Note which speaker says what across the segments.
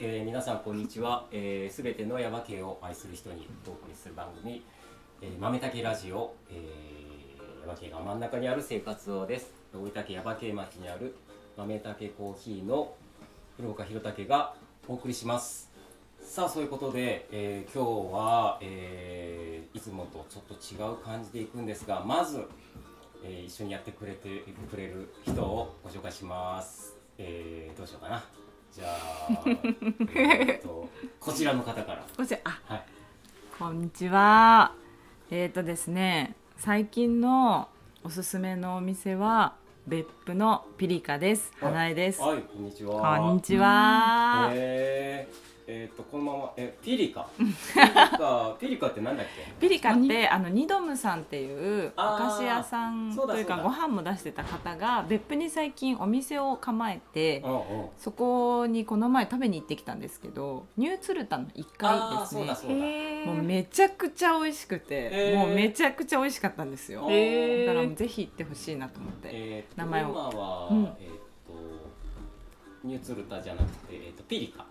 Speaker 1: 皆さんこんにちは。す、えー、べ、てのヤバ系を愛する人にお送りする番組、えー、豆竹ラジオ、えー、ヤバ系が真ん中にある生活をです。大分県ヤバ系町にある豆竹コーヒーの古岡弘武がお送りします。さあそういうことで、えー今日は、えーいつもとちょっと違う感じでいくんですが、まず、えー一緒にやってくれてくれる人をご紹介します。えーどうしようかな。じゃあ、えーとこちらの方 から。
Speaker 2: こんにちはあ
Speaker 1: はい。
Speaker 2: こんにちはえっ、ー、とですね最近のおすすめのお店は別府のピリカです花江です
Speaker 1: はい、こんにちは。
Speaker 2: こんにちは、
Speaker 1: えーえーとこのままえピリカ。ピリカピリカってなんだっ け？
Speaker 2: ピリカってあのニドムさんっていうお
Speaker 1: あー
Speaker 2: 菓子屋さん
Speaker 1: そうだ
Speaker 2: というか
Speaker 1: そうだ
Speaker 2: ご飯も出してた方が別府に最近お店を構えて
Speaker 1: うんうん。
Speaker 2: そこにこの前食べに行ってきたんですけどニューツルタの1階
Speaker 1: あ
Speaker 2: で
Speaker 1: ー
Speaker 2: す
Speaker 1: そう
Speaker 2: ね
Speaker 1: だそうだ。
Speaker 2: もうめちゃくちゃ美味しくて、
Speaker 1: えー
Speaker 2: もうめちゃくちゃ美味しかったんですよ、
Speaker 1: へー
Speaker 2: だからもうぜひ行ってほしいなと思って、
Speaker 1: えーと
Speaker 2: 名前を
Speaker 1: 今は、
Speaker 2: うん
Speaker 1: えっ、とニューツルタじゃなくてえっ、とピリカ。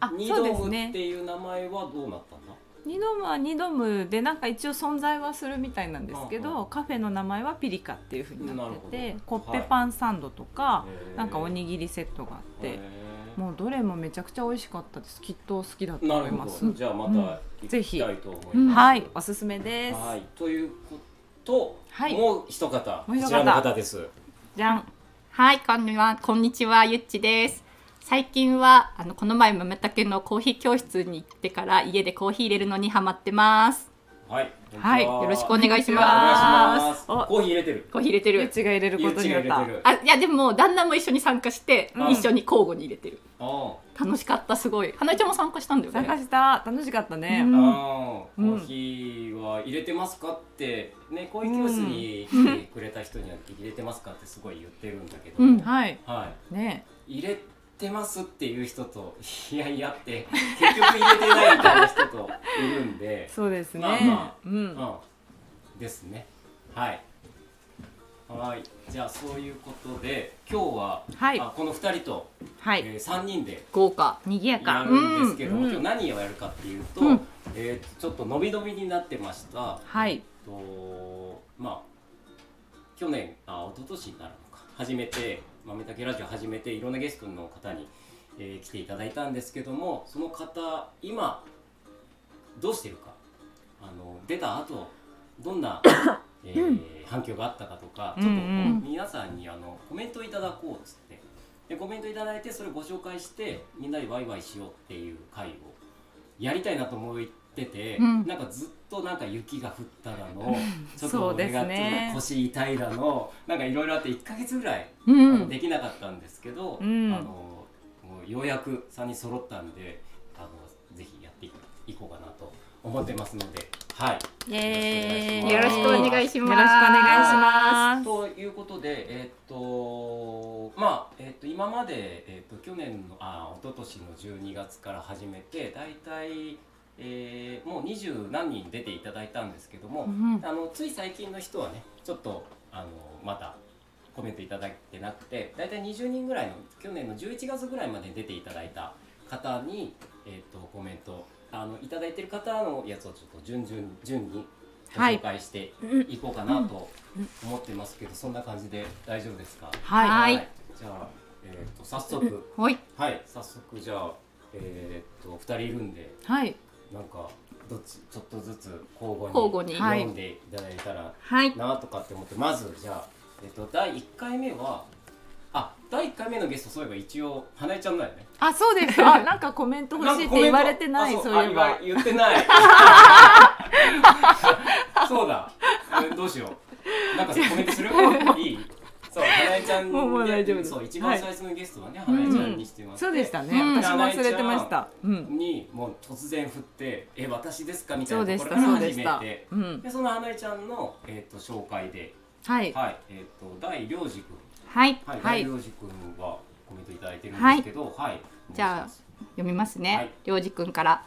Speaker 2: あ
Speaker 1: ニ
Speaker 2: そう
Speaker 1: ド
Speaker 2: です
Speaker 1: ムっ
Speaker 2: ね
Speaker 1: ていう名前はどうなったんだ？
Speaker 2: ニドムはニドムでなんか一応存在はするみたいなんですけど、
Speaker 1: うんうん
Speaker 2: カフェの名前はピリカっていうふうになって
Speaker 1: な
Speaker 2: て
Speaker 1: る
Speaker 2: コ
Speaker 1: ほど
Speaker 2: ッペパンサンドとか、
Speaker 1: へー
Speaker 2: なんかおにぎりセットがあって、
Speaker 1: へー
Speaker 2: もうどれもめちゃくちゃ美味しかったですきっと好きだと思い
Speaker 1: な
Speaker 2: ま
Speaker 1: る
Speaker 2: す
Speaker 1: ほど。じゃあまた行
Speaker 2: うんぜ
Speaker 1: き
Speaker 2: ひ
Speaker 1: たいと思います。
Speaker 2: うんはいおすすめです、
Speaker 1: はい、ということ、
Speaker 2: はい
Speaker 1: もう一方、
Speaker 2: もう一方
Speaker 1: こちらの方です。
Speaker 2: じゃん
Speaker 3: はい、こんにちは、こんにちは、ゆっちです。最近は、あの、この前、豆竹のコーヒー教室に行ってから、家でコーヒー入れるのにハマってます。
Speaker 1: はい、
Speaker 2: はい
Speaker 1: こんにち
Speaker 3: よろしくお
Speaker 1: お願いし
Speaker 3: 願いし
Speaker 1: ま。
Speaker 3: ますす。
Speaker 2: お
Speaker 1: コーヒー入れてる。
Speaker 3: コーヒー入れて
Speaker 2: ゆう
Speaker 3: る。
Speaker 2: ちが入れることに
Speaker 1: ゆ
Speaker 2: よっ
Speaker 1: うちが入れて
Speaker 2: た
Speaker 1: る
Speaker 3: あ、いや、でも、旦那も一緒に参加して、
Speaker 1: うん
Speaker 3: 一緒に交互に入れてる。
Speaker 1: あー
Speaker 3: 楽しかった、すごい。花江ちゃんも参加したんだよ
Speaker 2: 探
Speaker 3: ね。
Speaker 2: した楽しかったね、
Speaker 3: うん
Speaker 1: あー、
Speaker 2: うん
Speaker 1: コーヒーは入れてますかって、ね、コーヒー教室に来てくれた人には入れてますかってすごい言ってるんだけど、
Speaker 3: うん
Speaker 2: はい
Speaker 1: は
Speaker 2: ね
Speaker 1: い、入れてますっていう人と、 いやいやって、結局入れてないみたいな人といるんで、
Speaker 2: そうですね、
Speaker 1: まあま
Speaker 2: う
Speaker 1: うんん、ですね。はい。はい、じゃあそういうことで、今日は、
Speaker 2: はい
Speaker 1: あこの二人と、
Speaker 2: はい、
Speaker 1: えー、3人で
Speaker 3: 豪華、賑や
Speaker 1: や
Speaker 3: か。
Speaker 1: るんですけど、
Speaker 2: うんうん
Speaker 1: 今日何をやるかっていうと、
Speaker 3: うん
Speaker 1: えーちょっと伸び伸びになってました、
Speaker 2: はい
Speaker 1: えっとまあ去年あ一昨年になるのか初めて「豆たけラジオ」始めていろんなゲストの方に、えー来ていただいたんですけどもその方今どうしてるかあの出た後どん な、えー反響があったかとかちょっとこう
Speaker 2: うんうん
Speaker 1: 皆さんにあのコメントいただこうっつってでコメントいただいてそれをご紹介してみんなでワイワイしようっていう会をやりたいなと思ってて、
Speaker 3: うん
Speaker 1: なんかずっとなんか雪が降っただ のちょっと
Speaker 2: そうで
Speaker 1: 俺
Speaker 2: す
Speaker 1: がちょっ
Speaker 2: ね
Speaker 1: と腰痛いだのなんかいろいろあって1か月ぐらい、あ
Speaker 3: う
Speaker 1: の
Speaker 3: ん。
Speaker 1: できなかったんですけど、
Speaker 2: うん
Speaker 1: あのもうようやく3人揃ったんであのぜひやっていいこうかなと思ってますのではい。
Speaker 3: イエーイ。
Speaker 1: よ
Speaker 3: よ
Speaker 1: ろ
Speaker 3: ろ
Speaker 1: し
Speaker 3: し
Speaker 1: くお
Speaker 3: くお
Speaker 1: 願
Speaker 3: 願
Speaker 1: い
Speaker 3: い
Speaker 1: し
Speaker 3: し
Speaker 2: よ
Speaker 3: ます。
Speaker 2: ろしくお願いします。
Speaker 1: ということで、えーっとまあえーっと今まで、えーっと去年のあ一昨年の12月から始めて大体、えーもう二十何人出ていただいたんですけども、
Speaker 3: うん
Speaker 1: あのつい最近の人はねちょっとあのまたコメントいただいてなくて大体20人ぐらいの去年の11月ぐらいまで出ていただいた方に、えー、とコメントあのいただいてる方のやつをちょっと順々順にご
Speaker 2: はい
Speaker 1: 紹介していこうかなと思ってますけど、そんな感じで大丈夫ですか
Speaker 2: はい
Speaker 3: はい
Speaker 1: じゃあ、えー、と早速
Speaker 3: はい。
Speaker 1: はい早速じゃあえっ、と2人いるんで
Speaker 2: はい
Speaker 1: なんかどっちちょっとずつ交互に
Speaker 3: 交互に
Speaker 1: 読んでいただいたら、
Speaker 3: はい。
Speaker 1: なとかって思ってまずじゃあ、えっと、第1回目はあ第1回目のゲストそういえば一応花江ちゃんだよね
Speaker 2: あそうです あなんかコメント欲しいって言われてない
Speaker 1: んかコ
Speaker 2: そ
Speaker 1: メントあ
Speaker 2: ういえ
Speaker 1: あ
Speaker 2: ば
Speaker 1: 言わ言ってない そうだえどうしようなんかコメントするいいそう花江ちゃん
Speaker 2: もうもう大丈夫です
Speaker 1: そう一番最初のゲストはね、花江ちゃんにしてます
Speaker 2: そうでしたね、
Speaker 3: うん
Speaker 2: 私も忘れてましたうん
Speaker 1: にもう突然振って「え私ですか?」みたい
Speaker 2: そう
Speaker 1: な
Speaker 2: で
Speaker 1: と
Speaker 2: し
Speaker 1: ころ
Speaker 2: た
Speaker 1: から
Speaker 2: そうで
Speaker 1: 始
Speaker 2: し
Speaker 1: め
Speaker 2: た
Speaker 1: て
Speaker 2: うん
Speaker 1: でその花江ちゃんの、えっと紹介で
Speaker 2: はい
Speaker 1: はい、えっ、と、大良二君。
Speaker 3: はい。
Speaker 1: はい、
Speaker 3: はい
Speaker 1: 大良二君がコメントいただいてるんですけど、はい。
Speaker 3: じゃあ読みます
Speaker 1: は
Speaker 3: ね
Speaker 1: い。
Speaker 3: りょうじくんから。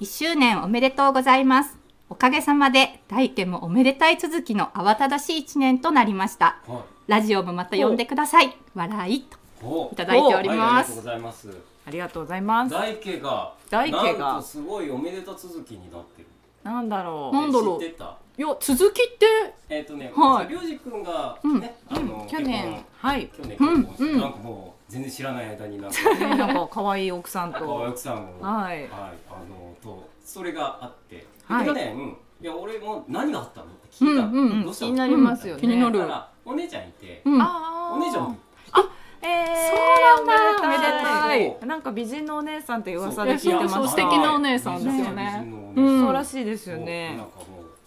Speaker 3: 1周年おめでとうございます。おかげさまで大家もおめでたい続きの慌ただしい1年となりました。
Speaker 1: あ、はい。
Speaker 3: ラジオもまた呼んでください。笑いと
Speaker 1: お
Speaker 3: いただいてお
Speaker 1: は
Speaker 3: り
Speaker 1: い、ありが
Speaker 3: ま
Speaker 1: とうご
Speaker 3: す。
Speaker 1: ざいます。
Speaker 2: ありがとうございます。
Speaker 1: 大家が
Speaker 2: 大家が
Speaker 1: なんとすごいおめでた続きになってる
Speaker 2: なんだろう。
Speaker 3: なんだろう
Speaker 1: 知ってた
Speaker 3: いや続きって
Speaker 1: えっ、とね、
Speaker 3: はい
Speaker 1: りょうじくんが
Speaker 3: うん
Speaker 1: ね、あの
Speaker 3: 去年
Speaker 1: 結
Speaker 2: はい。
Speaker 1: 婚去年結
Speaker 3: うん
Speaker 1: 婚して、
Speaker 3: うん
Speaker 1: なんかもう全然知らない間になんか
Speaker 2: ねなんか可愛い奥さん と。
Speaker 1: 奥さんを
Speaker 2: はい
Speaker 1: あのとそれがあって、で
Speaker 2: はい
Speaker 1: 去年いや俺も何があったのって
Speaker 3: う
Speaker 1: 聞い
Speaker 3: ん
Speaker 1: た、
Speaker 3: うん
Speaker 1: どうした
Speaker 4: 気
Speaker 1: の
Speaker 4: になりますよね
Speaker 3: 気になる
Speaker 1: だからお姉ちゃんいて、
Speaker 3: うん
Speaker 2: あー
Speaker 1: お姉ちゃんも
Speaker 2: ええ
Speaker 3: そうなんだ
Speaker 2: おめ
Speaker 1: おめ
Speaker 2: で
Speaker 1: で
Speaker 2: た
Speaker 1: た
Speaker 2: い。なんか美人のお姉さんって噂
Speaker 1: そう
Speaker 2: で聞いてま
Speaker 3: そう
Speaker 2: す。
Speaker 3: 素敵なお姉さんですよね
Speaker 1: はい美人のお姉さん
Speaker 3: うん
Speaker 2: そうらしいですよ
Speaker 1: そうな
Speaker 2: ね
Speaker 1: ん。かもう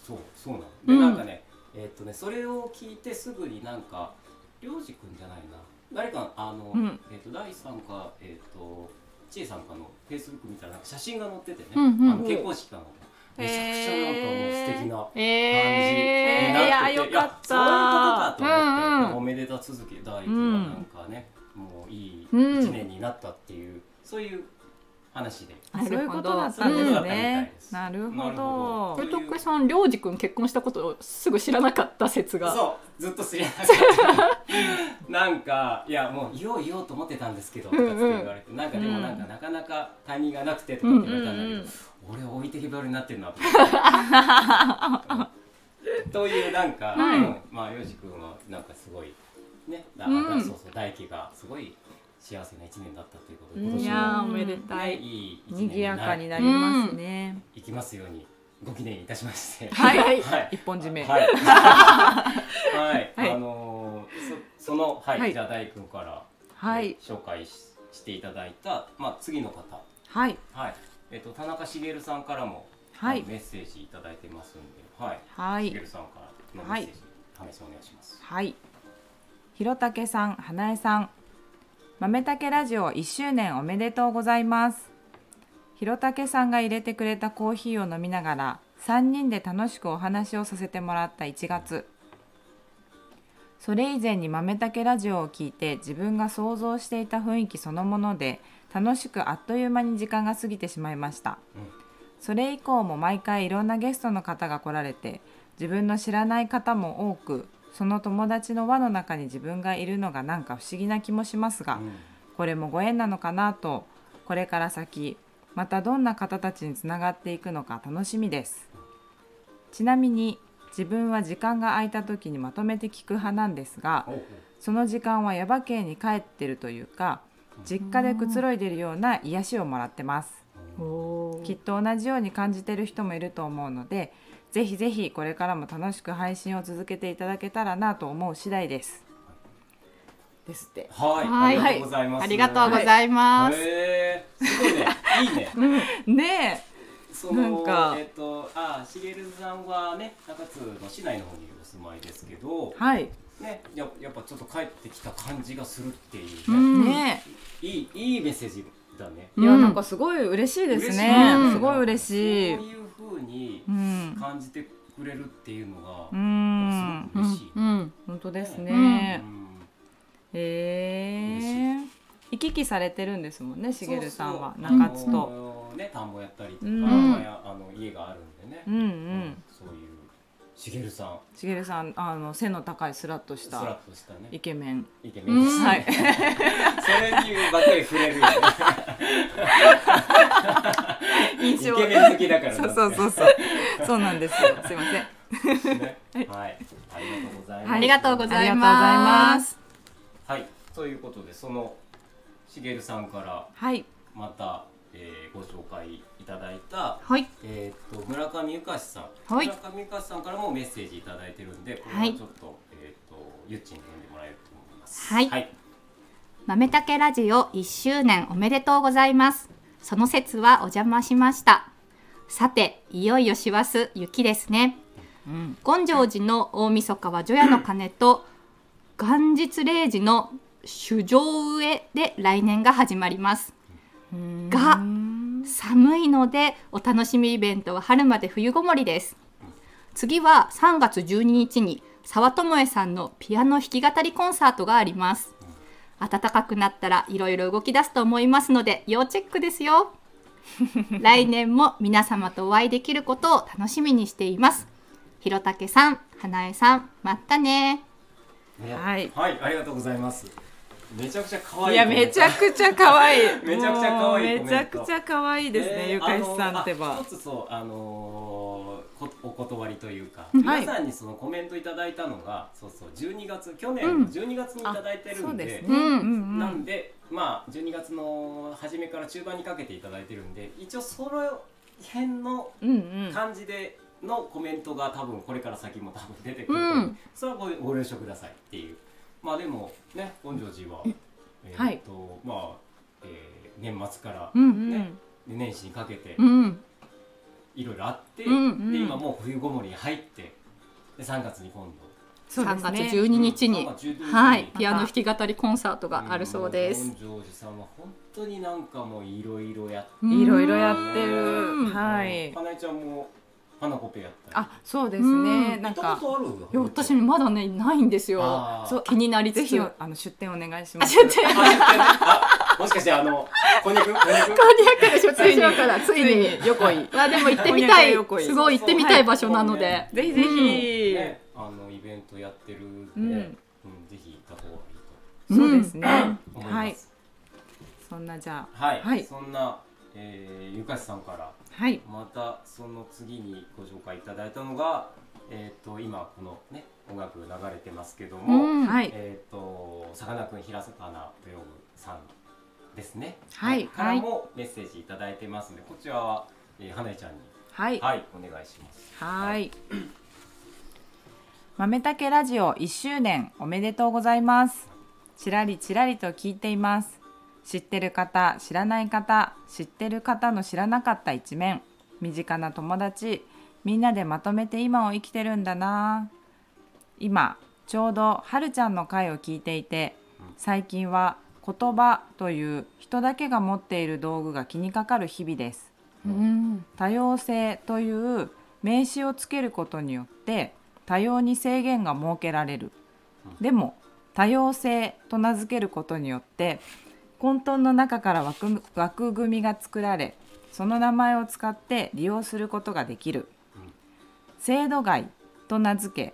Speaker 1: そうそうなの。
Speaker 3: う
Speaker 1: で、
Speaker 3: ん
Speaker 1: なんかねえーっとねそれを聞いてすぐになんかりょうじくんじゃないな誰かあの、
Speaker 2: うん
Speaker 1: えーっと第三かえーっとちえさんかのフェイスブックみたいな写真が載っててね、
Speaker 3: うんうん
Speaker 1: あの結婚式かのめちゃくちゃなんかもう素敵な。感
Speaker 3: え
Speaker 1: じ
Speaker 3: え
Speaker 1: に
Speaker 3: ー
Speaker 1: なってて、
Speaker 2: いやよかった
Speaker 1: いやそういうことかと思って、
Speaker 3: うんうん
Speaker 1: おめでた続き大輝がなんかね、もういい一
Speaker 3: うん
Speaker 1: 年になったっていう、そういう話で
Speaker 2: あ
Speaker 3: なる
Speaker 2: そういうこ
Speaker 3: ほど
Speaker 2: とだったんですね。
Speaker 1: うん
Speaker 2: なる
Speaker 1: な
Speaker 2: ほ
Speaker 1: るほ
Speaker 2: ど
Speaker 1: ど。
Speaker 3: 豊徳さん、りょうじくん結婚したことをすぐ知らなかった説が。
Speaker 1: そうずっと知らなかったなんかいやもう言おう言おうと思ってたんですけどとかって言われて、なんかでもなんかなかなかタイミングがなくてとかって言われたんだけど、俺置いてけぼりになってるなと思って。というなんか、
Speaker 3: はい
Speaker 1: うんまあよじくんはなんかすごいね、あ
Speaker 3: うん
Speaker 1: そうそう大輝がすごい幸せな一年だったということで、
Speaker 2: う
Speaker 1: 今
Speaker 2: んい
Speaker 1: 年
Speaker 2: や
Speaker 1: も
Speaker 2: ーおめでた
Speaker 1: ね
Speaker 2: い。
Speaker 1: いい一年
Speaker 2: 賑やかになり
Speaker 1: い
Speaker 2: ますね。
Speaker 1: きますようにご記念いたしまして。
Speaker 2: はい。
Speaker 1: はい
Speaker 2: 一本締め。
Speaker 1: はい。はい、
Speaker 2: はい
Speaker 1: あのーそそのはい、
Speaker 2: はい
Speaker 1: じゃあ大君から、
Speaker 2: はい
Speaker 1: え。ー紹介ししていただいたまあ次の方
Speaker 2: はい。
Speaker 1: はいえっ、と田中茂さんからも、
Speaker 2: はい
Speaker 1: あのメッセージいただいてますんではい、
Speaker 2: は
Speaker 1: 茂
Speaker 2: い。
Speaker 1: さんからのメ
Speaker 2: はい
Speaker 1: ッセージ、試しお願いします。
Speaker 2: はい。ひろたけさん、花江さん。豆たけラジオ1周年おめでとうございます。ひろたけさんが入れてくれたコーヒーを飲みながら、3人で楽しくお話をさせてもらった1月。それ以前に豆たけラジオを聞いて自分が想像していた雰囲気そのもので楽しくあっという間に時間が過ぎてしまいました、
Speaker 1: うん
Speaker 2: それ以降も毎回いろんなゲストの方が来られて自分の知らない方も多くその友達の輪の中に自分がいるのがなんか不思議な気もしますが、
Speaker 1: うん
Speaker 2: これもご縁なのかなとこれから先またどんな方たちにつながっていくのか楽しみですちなみに自分は時間が空いた時にまとめて聞く派なんですが
Speaker 1: おう
Speaker 2: その時間は耶馬渓に帰ってるというか実家でくつろいでるような癒しをもらってます
Speaker 1: おう
Speaker 3: お
Speaker 2: きっと同じように感じてる人もいると思うのでぜひぜひこれからも楽しく配信を続けていただけたらなと思う次第ですですって
Speaker 1: はい、
Speaker 3: は
Speaker 1: あ
Speaker 3: い
Speaker 1: りがとうございます。
Speaker 3: ありがとうございます。
Speaker 1: へーすごいね、いいね。
Speaker 2: ね
Speaker 1: その
Speaker 2: なんか
Speaker 1: えっ、とあしげるさんはね中津の市内の方にお住まいですけど
Speaker 2: え、はい
Speaker 1: ねややっぱちょっと帰ってきた感じがするっていうね、
Speaker 3: うん
Speaker 2: ねえ
Speaker 1: いいいいメッセージだね。
Speaker 2: いや
Speaker 3: うん
Speaker 2: なんかすごい嬉しいですね
Speaker 1: 嬉しい
Speaker 3: うん
Speaker 2: すごい嬉しい
Speaker 1: そういう風に
Speaker 2: うん
Speaker 1: 感じてくれるっていうのが、
Speaker 2: う
Speaker 1: す
Speaker 2: ん
Speaker 1: ごく嬉しい。
Speaker 3: うんうん
Speaker 2: 本当ですね、
Speaker 1: うん
Speaker 2: ええ行き来されてるんですもんねしげるさんは
Speaker 1: そうそう
Speaker 2: 中津と
Speaker 1: あのね田んぼやったりとか、
Speaker 2: うん
Speaker 1: まああの家があるんでね、
Speaker 2: うんう
Speaker 1: うんそういうしげるさん
Speaker 2: しげるさんあの背の高いスラッとし
Speaker 1: スラッ
Speaker 2: た
Speaker 1: としたね
Speaker 2: イケメン
Speaker 1: イケメンでした、
Speaker 2: は
Speaker 1: ね
Speaker 2: い
Speaker 1: それにばっかり触れるよね
Speaker 2: 印
Speaker 1: イケメン好きだから
Speaker 2: そうそう
Speaker 1: う
Speaker 2: そうそうそうなんですよすいません
Speaker 1: はいありがとうございます
Speaker 3: ありがとうご
Speaker 2: あ
Speaker 3: ざ
Speaker 2: りがと
Speaker 3: い
Speaker 2: ご
Speaker 3: う
Speaker 2: ざい
Speaker 3: ま
Speaker 2: ますす。
Speaker 1: はい、ということでそのしげるさんから
Speaker 2: はい
Speaker 1: また、えーご紹介いただいた、
Speaker 3: はい。
Speaker 1: えー、と村上ゆかしさん、
Speaker 3: はい
Speaker 1: 村上ゆかしさんからもメッセージいただいてるんでこれ
Speaker 3: は
Speaker 1: はいちょっと,、えー、とゆっちに読んでもらえると思います。
Speaker 3: はい
Speaker 1: はい、
Speaker 3: 豆たけラジオ1周年おめでとうございます。その説はお邪魔しました。さて、いよいよ師走雪ですね。
Speaker 2: うん
Speaker 3: 権成寺の大晦日は除夜の鐘と元日0時の酒上上で来年が始まります。が
Speaker 2: うん
Speaker 3: 寒いのでお楽しみイベントは春まで冬ごもりです次は3月12日に沢智恵さんのピアノ弾き語りコンサートがあります暖かくなったらいろいろ動き出すと思いますので要チェックですよ 来年も皆様とお会いできることを楽しみにしていますひろたけさん花江さんまったね
Speaker 1: ね
Speaker 2: はい
Speaker 1: はい、ありがとうございます。めちゃくちゃ可愛い
Speaker 2: いやめちゃくちゃ可愛い
Speaker 1: めちゃくちゃ可愛い
Speaker 2: もうめちゃくちゃ可愛いですね、
Speaker 1: えー
Speaker 2: ゆかしさんってば
Speaker 1: あのあ一つそうあのーこお断りというか、
Speaker 3: うん
Speaker 2: はい
Speaker 1: 皆さんにそのコメントいただいたのがそうそう12月去年の12月にいただいてる
Speaker 2: そうん
Speaker 1: で,、
Speaker 2: ですね、
Speaker 3: うん
Speaker 2: うん
Speaker 1: なんでまあ12月の初めから中盤にかけていただいてるんで一応その辺の
Speaker 2: うんうん
Speaker 1: 感じでのコメントが多分これから先も多分出てくると、
Speaker 3: うん
Speaker 1: それはごご了承くださいっていうまあでもね本庄寺は、えーっと、
Speaker 2: はい
Speaker 1: まあ、えー年末から
Speaker 3: う
Speaker 1: で
Speaker 3: ん
Speaker 2: うん
Speaker 1: ね年始にかけて
Speaker 3: うん
Speaker 1: いろいろあって、
Speaker 3: うん
Speaker 2: うん
Speaker 1: で今もう冬ごもりに入ってで3月に今度
Speaker 2: そうで
Speaker 3: 3
Speaker 2: す
Speaker 3: 月
Speaker 2: ね
Speaker 3: 12日に
Speaker 1: 3月12日に
Speaker 3: はいピアノ弾き語りコンサートがあるそうです
Speaker 1: ん。本庄寺さんは本当になんかもういろいろやって
Speaker 2: いろいろやって
Speaker 3: う
Speaker 2: る
Speaker 3: ん
Speaker 2: はい
Speaker 1: 花江ちゃんも花子ペやったり
Speaker 2: あそうですね、
Speaker 3: うん
Speaker 2: な
Speaker 1: 行っ
Speaker 2: ん
Speaker 1: た
Speaker 2: か
Speaker 1: ことある
Speaker 3: いや私ねまだねないんですよ。
Speaker 1: あー
Speaker 2: そう
Speaker 3: 気になり
Speaker 2: ぜ
Speaker 3: つつ。
Speaker 2: ひ
Speaker 3: あ
Speaker 2: あの出店お願いしま
Speaker 3: 出
Speaker 2: す
Speaker 3: てこんに
Speaker 1: あもしかしてあのこん にゃくこんにゃく
Speaker 3: ゃくでしょ通常からついに。
Speaker 2: 横井
Speaker 3: まあでも行ってみたい
Speaker 2: こんにゃく横井
Speaker 3: すごい行ってみたい場所なので。
Speaker 2: ぜひぜひ、
Speaker 1: ねあのイベントやってるんで、
Speaker 2: う
Speaker 1: う
Speaker 2: ん
Speaker 1: んぜひ行った方がいいと
Speaker 3: うん
Speaker 2: そうですね、
Speaker 1: 思い
Speaker 2: は
Speaker 1: ま
Speaker 2: い
Speaker 1: す。
Speaker 2: そんなじゃあ
Speaker 1: はい、
Speaker 2: はい
Speaker 1: そんな、えー、ゆかしさんから
Speaker 2: はい
Speaker 1: またその次にご紹介いただいたのが、えっ、と今このね音楽流れてますけども、
Speaker 3: うん
Speaker 2: はい
Speaker 1: えっ、とさかなクンひらさかなと呼ぶさんですね。
Speaker 2: はい
Speaker 1: からもメッセージいただいてますので、こちらは、えー、花江ちゃんに
Speaker 2: はい
Speaker 1: はいお願いします。
Speaker 2: はい。豆たけラジオ1周年おめでとうございます。ちらりちらりと聞いています。知ってる方、知らない方、知ってる方の知らなかった一面、身近な友達、みんなでまとめて今を生きてるんだな。今、ちょうどはるちゃんの回を聞いていて、最近は言葉という人だけが持っている道具が気にかかる日々です。
Speaker 3: うん
Speaker 2: 多様性という名詞をつけることによって多様に制限が設けられる
Speaker 1: う
Speaker 2: でも多様性と名付けることによって混沌の中から枠枠組みが作られその名前を使って利用することができる
Speaker 1: うん
Speaker 2: 制度外と名付け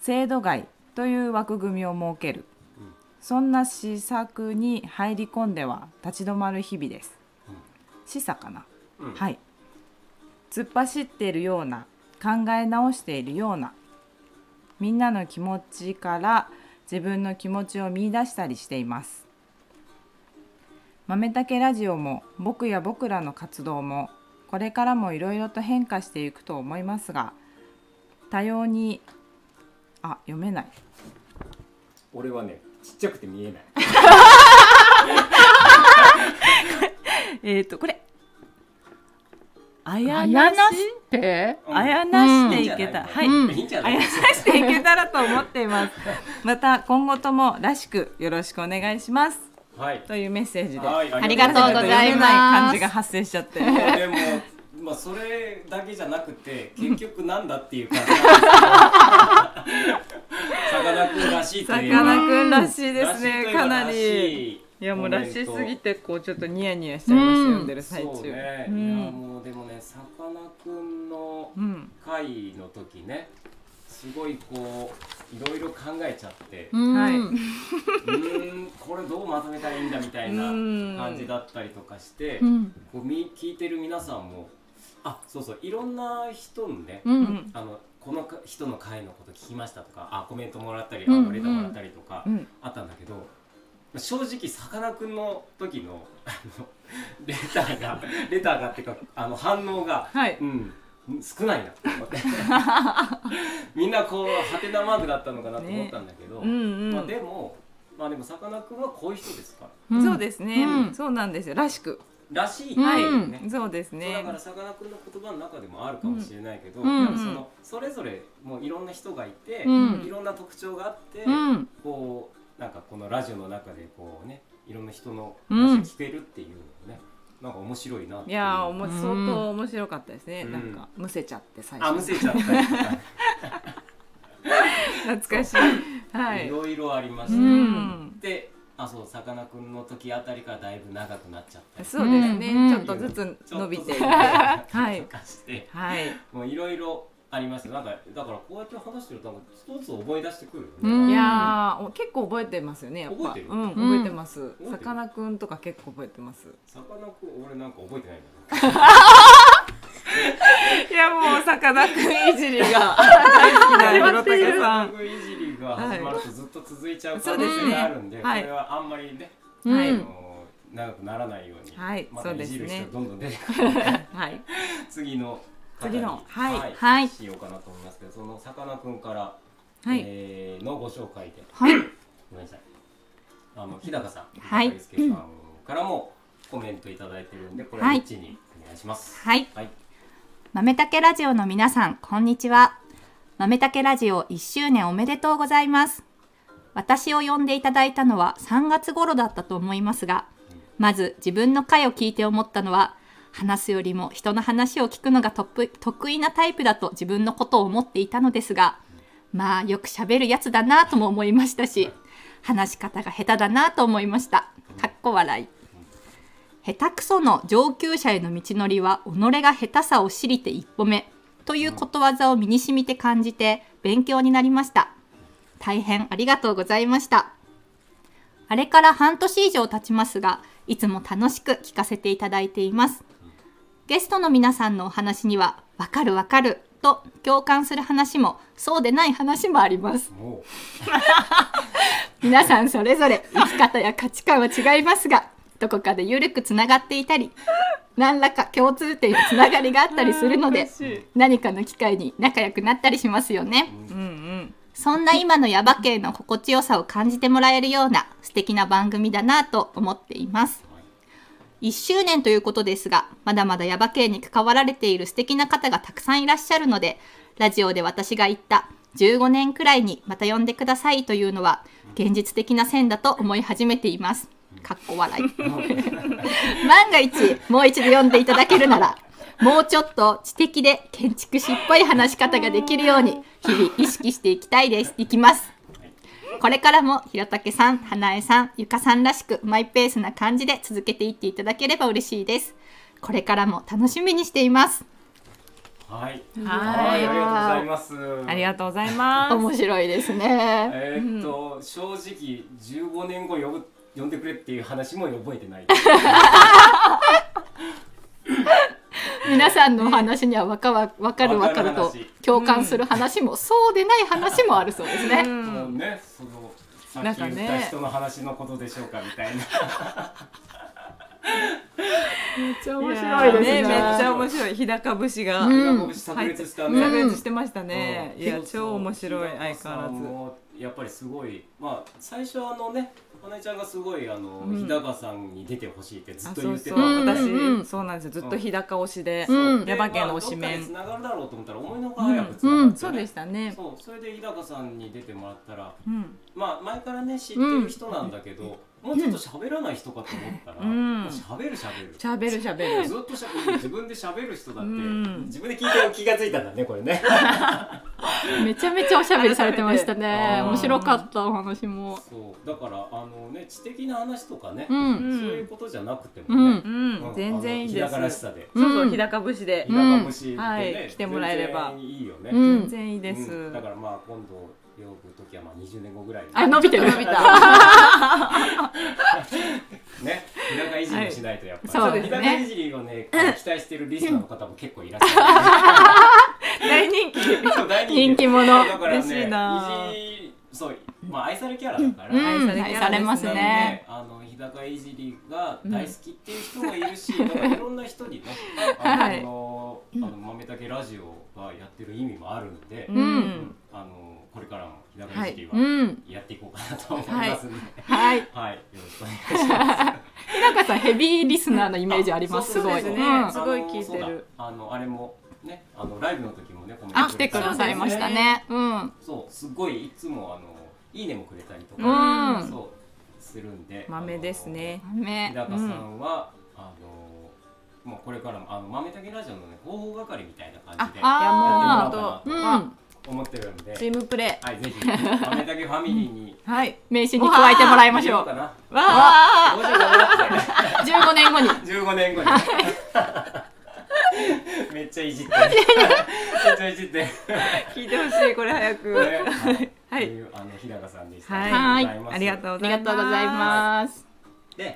Speaker 2: 制度外という枠組みを設ける
Speaker 1: うん
Speaker 2: そんな施策に入り込んでは立ち止まる日々です
Speaker 1: うん
Speaker 2: 示唆かな
Speaker 1: うん
Speaker 2: はい、突っ走っているような考え直しているようなみんなの気持ちから自分の気持ちを見出したりしています豆たけラジオも僕や僕らの活動もこれからもいろいろと変化していくと思いますが多様にあ読めない
Speaker 1: 俺はねちっちゃくて見えない。
Speaker 2: えっ、とこれあ
Speaker 3: あ
Speaker 2: や
Speaker 3: や
Speaker 2: なし
Speaker 3: なしって
Speaker 2: あやなしで
Speaker 1: いいんじ
Speaker 2: い
Speaker 1: ゃない
Speaker 2: けた、
Speaker 1: もう
Speaker 2: はい、
Speaker 3: うん
Speaker 1: いいんじゃな
Speaker 2: あ
Speaker 1: い
Speaker 2: やなしていけたらと思ってい ます。また今後ともらしくよろしくお願いします
Speaker 1: はい。
Speaker 2: というメッセージで、
Speaker 1: はい
Speaker 3: ありがとうございます
Speaker 2: 感じが発生しちゃって、
Speaker 1: す。でも、まあ、それだけじゃなくて、結局なんだっていう感じなんですけど。さかなクンらしいと
Speaker 2: さか
Speaker 1: いう
Speaker 2: なクンらしいです
Speaker 1: らしいと
Speaker 2: ね、
Speaker 1: いえば
Speaker 2: かな
Speaker 1: ら
Speaker 2: り。
Speaker 1: しい
Speaker 2: いやもうらしすぎてこうちょっとニヤニヤしちゃい
Speaker 3: うん
Speaker 2: ました読んでる最
Speaker 1: そう
Speaker 2: 中。
Speaker 1: ね、
Speaker 2: う
Speaker 1: いや
Speaker 2: ん、
Speaker 1: もうでもねさかなクンの
Speaker 2: うん、
Speaker 1: 会の時ねすごいこういろいろ考えちゃって
Speaker 3: うん
Speaker 2: はいう
Speaker 1: ーんこれどうまとめたらいいんだみたいな
Speaker 2: うん
Speaker 1: 感じだったりとかして、
Speaker 3: うん
Speaker 1: こうみ聞いてる皆さんもあそうそういろんな人のね、
Speaker 3: う
Speaker 2: うんん、
Speaker 1: あのこのか人の会のこと聞きましたとかあコメントもらったり
Speaker 3: うん
Speaker 1: あレターもらったりとか、
Speaker 2: うん、
Speaker 1: あったんだけど正直さかなクンの時のあのレターがレターがっていうかあの反応が、
Speaker 2: はい、
Speaker 1: うん、少ない なって思ってみんなこうハテナマークだったのかなと思ったんだけど、
Speaker 2: うんうん
Speaker 1: まあ、でもまあでもさかなクンはこういう人ですから。
Speaker 3: ん
Speaker 2: そうですね、
Speaker 3: うん
Speaker 2: そうなんですよ、らしく、
Speaker 1: らしいって
Speaker 3: はい
Speaker 1: いうね、
Speaker 2: そうです
Speaker 1: そうだ
Speaker 2: ね
Speaker 1: か、らさかなクンの言葉の中でもあるかもしれないけど、
Speaker 3: うん
Speaker 1: やっぱそのそれぞれもういろんな人がいて、
Speaker 3: うん
Speaker 1: いろんな特徴があって、
Speaker 3: うん
Speaker 1: こうなんかこのラジオの中でこうねいろんな人の話を聞けるっていうのね、なんか面白いなって
Speaker 2: い
Speaker 1: いう
Speaker 2: やーおも
Speaker 3: うん
Speaker 2: 相当面白かったですね、
Speaker 1: うん
Speaker 2: なんかむせちゃって最
Speaker 1: あむ
Speaker 2: 初、
Speaker 1: せちゃったりとか、、
Speaker 2: 懐かしい、はいい、
Speaker 1: ろいろありまし
Speaker 3: う
Speaker 1: た、
Speaker 3: ん
Speaker 1: であそうさかなクンの時あたりからだいぶ長くなっちゃったり
Speaker 2: そうです
Speaker 3: うん
Speaker 2: ね、ちょっとずつ伸びてい
Speaker 1: ち
Speaker 2: く
Speaker 1: ょっとずつ
Speaker 2: はい
Speaker 1: とかして
Speaker 2: はい、
Speaker 1: もういろいろありますなんかだからこうやって話してるとなんか一つ思い出してくるよね、
Speaker 3: うん
Speaker 2: いやーお結構覚えてますよねやっぱ
Speaker 1: 覚えてる
Speaker 2: うん、
Speaker 3: うん
Speaker 2: 覚えてます、
Speaker 1: てる
Speaker 2: さかなクンとか結構覚えてます
Speaker 1: さかなクン俺なんか覚えてないんだ
Speaker 2: いやもうさかなクンいじり が大好きな
Speaker 1: な
Speaker 2: 黒竹さ
Speaker 1: さかなクンいじりが始まるとずっと続いちゃう可能
Speaker 2: そうです
Speaker 1: 性
Speaker 2: ね
Speaker 1: があるんで
Speaker 2: はい
Speaker 1: これはあんまりね、
Speaker 3: うん
Speaker 2: はい
Speaker 1: あの長くならないように、
Speaker 2: はい
Speaker 1: ま
Speaker 2: そ
Speaker 1: た
Speaker 2: うで
Speaker 1: い
Speaker 2: す
Speaker 1: じ
Speaker 2: ね
Speaker 1: る人どんどん出てくる
Speaker 2: ん はい
Speaker 1: 次の方に
Speaker 2: 次のはい
Speaker 3: はい
Speaker 1: しようかなと思いますけどそのさかなクンから、
Speaker 2: はい
Speaker 1: えーのご紹介で
Speaker 3: はい。
Speaker 1: ごめんなさいあの日高さん
Speaker 3: はい
Speaker 1: 日高祐介さんからもコメントいただいてるんでこれは
Speaker 3: はい
Speaker 1: 一にお願いします
Speaker 3: はい。
Speaker 1: はい、
Speaker 3: 豆たけラジオの皆さん、こんにちは。豆たけラジオ1周年おめでとうございます。私を呼んでいただいたのは3月頃だったと思いますが、まず自分の回を聞いて思ったのは、話すよりも人の話を聞くのがとっぷ得意なタイプだと自分のことを思っていたのですが、まあよく喋るやつだなとも思いましたし、話し方が下手だなと思いました。かっこ笑い。下手くその上級者への道のりは己が下手さを知りて一歩目ということわざを身に染みて感じて勉強になりました大変ありがとうございましたあれから半年以上経ちますがいつも楽しく聞かせていただいていますゲストの皆さんのお話にはわかるわかると共感する話もそうでない話もあります
Speaker 1: も
Speaker 3: 皆さんそれぞれ生き方や価値観は違いますがどこかで緩くつながっていたり何らか共通点やつながりがあったりするので何かの機会に仲良くなったりしますよね
Speaker 2: うんうん
Speaker 3: そんな今のヤバ系の心地よさを感じてもらえるような素敵な番組だなと思っています1周年ということですがまだまだヤバ系に関わられている素敵な方がたくさんいらっしゃるのでラジオで私が言った15年くらいにまた呼んでくださいというのは現実的な線だと思い始めています。かっこ笑い万が一もう一度呼んでいただけるならもうちょっと知的で建築士っぽい話し方ができるように日々意識していきたいですいきますこれからも平竹さん、花江さん、ゆかさんらしくマイペースな感じで続けていっていただければ嬉しいです。これからも楽しみにしています。
Speaker 1: うはい
Speaker 2: うん
Speaker 1: は、
Speaker 2: はいい
Speaker 1: ありがとうございます。
Speaker 2: ありがとうございます
Speaker 3: 面白いですね。
Speaker 1: えーっと、正直15年後呼ぶ呼んでくれっていう話も覚えてない。
Speaker 3: 皆さんのお話にはわかわわかるわかる
Speaker 1: わ
Speaker 3: と
Speaker 1: かる話
Speaker 3: 共感する話も、そうでない話もあるそうです
Speaker 2: う
Speaker 3: ね。
Speaker 1: もうんね、そのさ
Speaker 2: な
Speaker 1: っ
Speaker 2: ん
Speaker 1: き
Speaker 2: か
Speaker 1: 言
Speaker 2: ね
Speaker 1: った人の話のことでしょうかみたいな。
Speaker 3: めっちゃ
Speaker 2: 面
Speaker 1: ですね
Speaker 2: めっちゃ面白い日高節が
Speaker 3: うん
Speaker 1: なんか僕炸裂したね。
Speaker 2: 炸裂してましたね、
Speaker 1: うん
Speaker 2: いや
Speaker 1: そうそう
Speaker 2: 超面白い
Speaker 1: 平
Speaker 2: 相
Speaker 1: 野
Speaker 2: 変
Speaker 1: さ
Speaker 2: わら
Speaker 1: ん
Speaker 2: ず
Speaker 1: もやっぱりすごい、まあ最初あのね、お姉ちゃんがすごいあの、
Speaker 2: ん
Speaker 1: 日高さんに出てほしいってずっ
Speaker 2: あ
Speaker 1: と
Speaker 2: そ
Speaker 1: 言
Speaker 2: う
Speaker 1: って
Speaker 2: そ
Speaker 1: た。
Speaker 2: う、
Speaker 3: うん
Speaker 2: 私、
Speaker 3: うん
Speaker 2: そうなんですよずっと日高推しで、
Speaker 3: うん
Speaker 1: で
Speaker 2: ヤバ系の推し
Speaker 1: まあど
Speaker 2: メ
Speaker 1: っかで
Speaker 2: ン、
Speaker 1: 繋がるだろうと思ったら思いのほか早く
Speaker 3: う
Speaker 1: 繋
Speaker 3: ん
Speaker 1: が
Speaker 3: うん
Speaker 1: って
Speaker 2: そうでしたね
Speaker 1: そう、それで日高さんに出てもらったら、
Speaker 2: うん
Speaker 1: まあ前からね知ってる人なんだけど、もうちょっと喋らない人かと思ったら、
Speaker 2: うん
Speaker 1: もう喋る喋る。
Speaker 2: 喋る喋る
Speaker 1: ずっとしゃべる自分で喋る人だって、
Speaker 2: うん
Speaker 1: 自分で聞いて気がついたんだねこれね。
Speaker 3: めちゃめちゃおしゃべりされてましたね。
Speaker 1: あー
Speaker 3: 面白かったお話も。
Speaker 1: そうだからあのね知的な話とかね、
Speaker 3: う。
Speaker 1: そうんいうことじゃなくてもね、
Speaker 2: う
Speaker 1: うんん
Speaker 2: 全然いいで
Speaker 1: あの日高らし
Speaker 2: す
Speaker 1: さで、
Speaker 3: うん
Speaker 2: そうそう日高節で
Speaker 1: 日、高節でね、
Speaker 2: はい来てもらえれば
Speaker 1: 全然いいよね。
Speaker 3: うん
Speaker 2: 全然いいです、
Speaker 1: うんだからまあ今度呼ぶ時はまあ20年後ぐらいに
Speaker 3: あ、伸びてる。
Speaker 2: 伸びた
Speaker 1: ね日高いじりをしないとやっぱり、
Speaker 3: はいそうですね
Speaker 1: 日高いじりをね期待してるリスナーの方も結構いらっしゃ
Speaker 2: 大人気
Speaker 1: るそう大人気
Speaker 3: 人気者。
Speaker 1: だからね
Speaker 2: 嬉しいない
Speaker 1: じそうまあ愛されキャラだから、
Speaker 3: うん
Speaker 1: なので
Speaker 3: 愛されます
Speaker 2: 愛され
Speaker 3: ね。
Speaker 1: あの日高いじりが大好きっていう人もいる し、だからいろんな人にね、
Speaker 3: は
Speaker 1: あ
Speaker 3: い
Speaker 1: の、あの豆だけラジオがやってる意味もあるので、
Speaker 3: う
Speaker 1: うんんあのこれからも日高いじりは
Speaker 3: うん。
Speaker 1: やっていこうかなと思いますね。
Speaker 3: はい。
Speaker 1: はい、よろしくお願いします。
Speaker 3: なんかさヘビーリスナーのイメージあります。す
Speaker 1: そう
Speaker 3: ごい。
Speaker 1: そうそ
Speaker 2: です
Speaker 1: う
Speaker 2: ね
Speaker 3: うん
Speaker 2: すごい聞いてる
Speaker 1: あのそうだあのあれもね、あのライブの時もね、コメン
Speaker 3: あ、
Speaker 1: ト
Speaker 3: 来
Speaker 1: く
Speaker 3: て
Speaker 1: れ
Speaker 3: く
Speaker 1: たり
Speaker 3: ださいましたね。うん。
Speaker 1: そう、すごいいつもあのいいねもくれたりと
Speaker 3: う
Speaker 1: か、
Speaker 3: ん。
Speaker 1: そうするんで。
Speaker 2: 豆ですね
Speaker 1: あの。日
Speaker 3: ね。
Speaker 1: 高さんは、あのもうこれからもあの豆竹ラジオのね広報係みたいな感じでやってもら
Speaker 3: あ
Speaker 1: おうか
Speaker 3: う
Speaker 1: なと
Speaker 3: ん。
Speaker 1: 思ってるんで、
Speaker 2: チームプレ
Speaker 1: はいぜひ豆竹ファミリー に
Speaker 2: ーはい
Speaker 3: 名刺に加えてもらいま
Speaker 1: 入れ
Speaker 3: し
Speaker 1: よ
Speaker 3: ょ
Speaker 1: うか
Speaker 3: う。
Speaker 1: な。
Speaker 2: わあ
Speaker 1: どうしようかなって。
Speaker 3: 15年後に。
Speaker 1: 15年後に めっちゃいじってるめっちゃいじってる
Speaker 2: 聞いてほしいこれ早 く
Speaker 1: ね
Speaker 2: はい
Speaker 1: というあの平賀さんでした、
Speaker 2: はい
Speaker 1: ありがとうございます
Speaker 2: ありがとうご
Speaker 3: あ
Speaker 2: ざ
Speaker 3: り
Speaker 2: います
Speaker 3: がとうございます。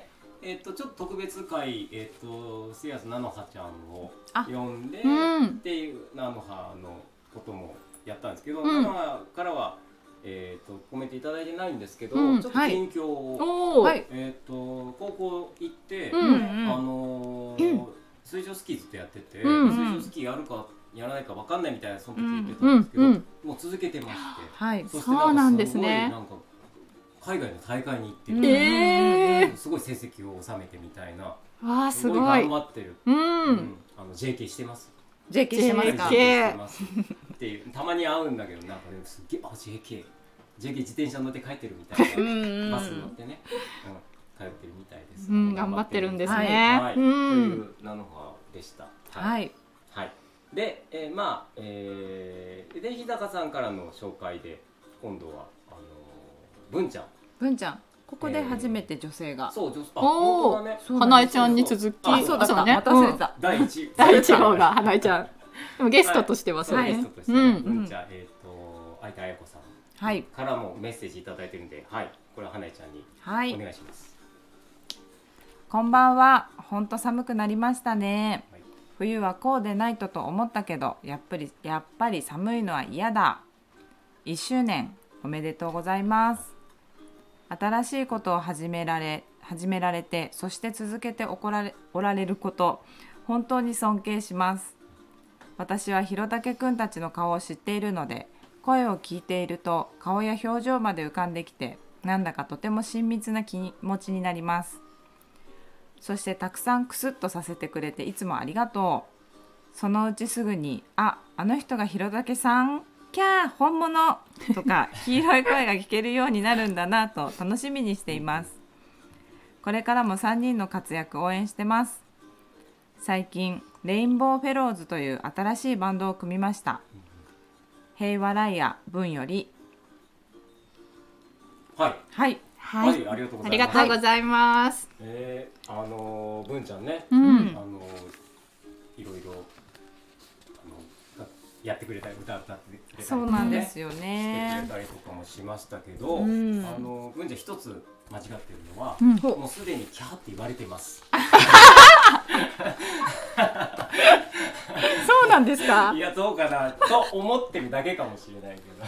Speaker 1: で、えっとちょっと特別会、えっとせいやすなのはちゃんを
Speaker 2: あ
Speaker 1: 呼んで、
Speaker 3: うん
Speaker 1: っていうなのはのこともやったんですけど、
Speaker 3: うん
Speaker 1: なのはからは、えっとコメントいただいてないんですけど、
Speaker 3: うん
Speaker 1: ちょっと
Speaker 2: はい
Speaker 1: 近況を、
Speaker 3: おお、
Speaker 2: はい
Speaker 1: えっと高校行って、
Speaker 3: うん
Speaker 1: あのー水上スキーずっとやってて、
Speaker 3: うん
Speaker 1: 水上スキーやるかやらないかわかんないみたいなその時言ってた
Speaker 3: うんん
Speaker 1: ですけど、
Speaker 3: うん
Speaker 1: もう続けてまして。
Speaker 2: はい
Speaker 1: そして
Speaker 3: そうなんです
Speaker 1: すごい
Speaker 3: ね
Speaker 1: なんか海外の大会に行って
Speaker 2: う
Speaker 1: る
Speaker 2: ん
Speaker 3: ええ
Speaker 1: すごい成績を収めてみたいな、
Speaker 3: わあすごい
Speaker 1: 頑。張ってる、
Speaker 3: う、
Speaker 1: うんあの JK してます。
Speaker 2: JK してます
Speaker 3: JK
Speaker 2: か
Speaker 1: してますっていうたまに会うんだけどなんかねすっげえあ JK、JK 自転車乗って帰ってるみたい
Speaker 2: うん
Speaker 1: な、
Speaker 2: うん
Speaker 1: バス乗ってね、うん、帰ってるみたいです。
Speaker 3: うん、頑張ってるんです
Speaker 1: はい
Speaker 3: ね。
Speaker 1: はい、と
Speaker 3: う
Speaker 1: い
Speaker 3: ん、
Speaker 1: うなのがでした。
Speaker 2: はい
Speaker 1: はい、で、えーまあ、えー、で日高さんからの紹介で今度はあのー文ちゃん
Speaker 2: 文ちゃんここで初めて女性が
Speaker 1: そう女子あ
Speaker 3: お
Speaker 1: 本
Speaker 3: お
Speaker 1: 当だね
Speaker 2: そう
Speaker 3: かなえちゃんに続き、
Speaker 1: あ
Speaker 2: そうだった
Speaker 3: ね
Speaker 2: また忘れて
Speaker 3: うん
Speaker 2: た
Speaker 1: 第一
Speaker 3: 第一号が花江ちゃん。でもゲストとしてはそう
Speaker 1: そう
Speaker 3: ね。
Speaker 1: ゲストとして
Speaker 3: う
Speaker 1: ね
Speaker 3: ん、
Speaker 1: 文ちゃんえっと相田彩子さん
Speaker 2: はい
Speaker 1: からもメッセージいただいてるんではいこれは花江ちゃんに
Speaker 2: はい
Speaker 1: お願いします
Speaker 2: こんばんは。ほんと寒くなりましたね。
Speaker 1: はい
Speaker 2: 冬はこうでないとと思ったけど、やっぱりやっぱり寒いのは嫌だ。1周年おめでとうございます。新しいことを始められ始められて、そして続けて怒られおられること、本当に尊敬します。私はひろたけくんたちの顔を知っているので、声を聞いていると顔や表情まで浮かんできて、なんだかとても親密な気持ちになります。そしてたくさんクスッとさせてくれていつもありがとう。そのうちすぐに、あ、あの人がひろたけさん、キャー、本物とか黄色い声が聞けるようになるんだなと楽しみにしています。これからも3人の活躍応援してます。最近、レインボーフェローズという新しいバンドを組みました。平和ライア文より、
Speaker 1: はい
Speaker 2: はい、
Speaker 1: は
Speaker 3: はい
Speaker 1: い。ありがとうご
Speaker 3: あ
Speaker 1: ざい
Speaker 3: り
Speaker 1: ま
Speaker 3: が
Speaker 1: す
Speaker 3: とうございます。
Speaker 1: えーあのー文ちゃんね
Speaker 3: う
Speaker 1: あ
Speaker 3: ん、
Speaker 1: のーいろいろあのやってくれたり歌歌ってくれたりとかね
Speaker 2: そうなんですよ
Speaker 1: して
Speaker 2: ね
Speaker 1: く。れたりとかもしましたけど、
Speaker 2: うん
Speaker 1: あの文ちゃん一つ間違ってるのは、
Speaker 3: うん
Speaker 2: ほ
Speaker 1: もうすでにキャーって言われてます。
Speaker 3: そうなんですか
Speaker 1: い。やどうかなと思ってるだけかもしれないけど。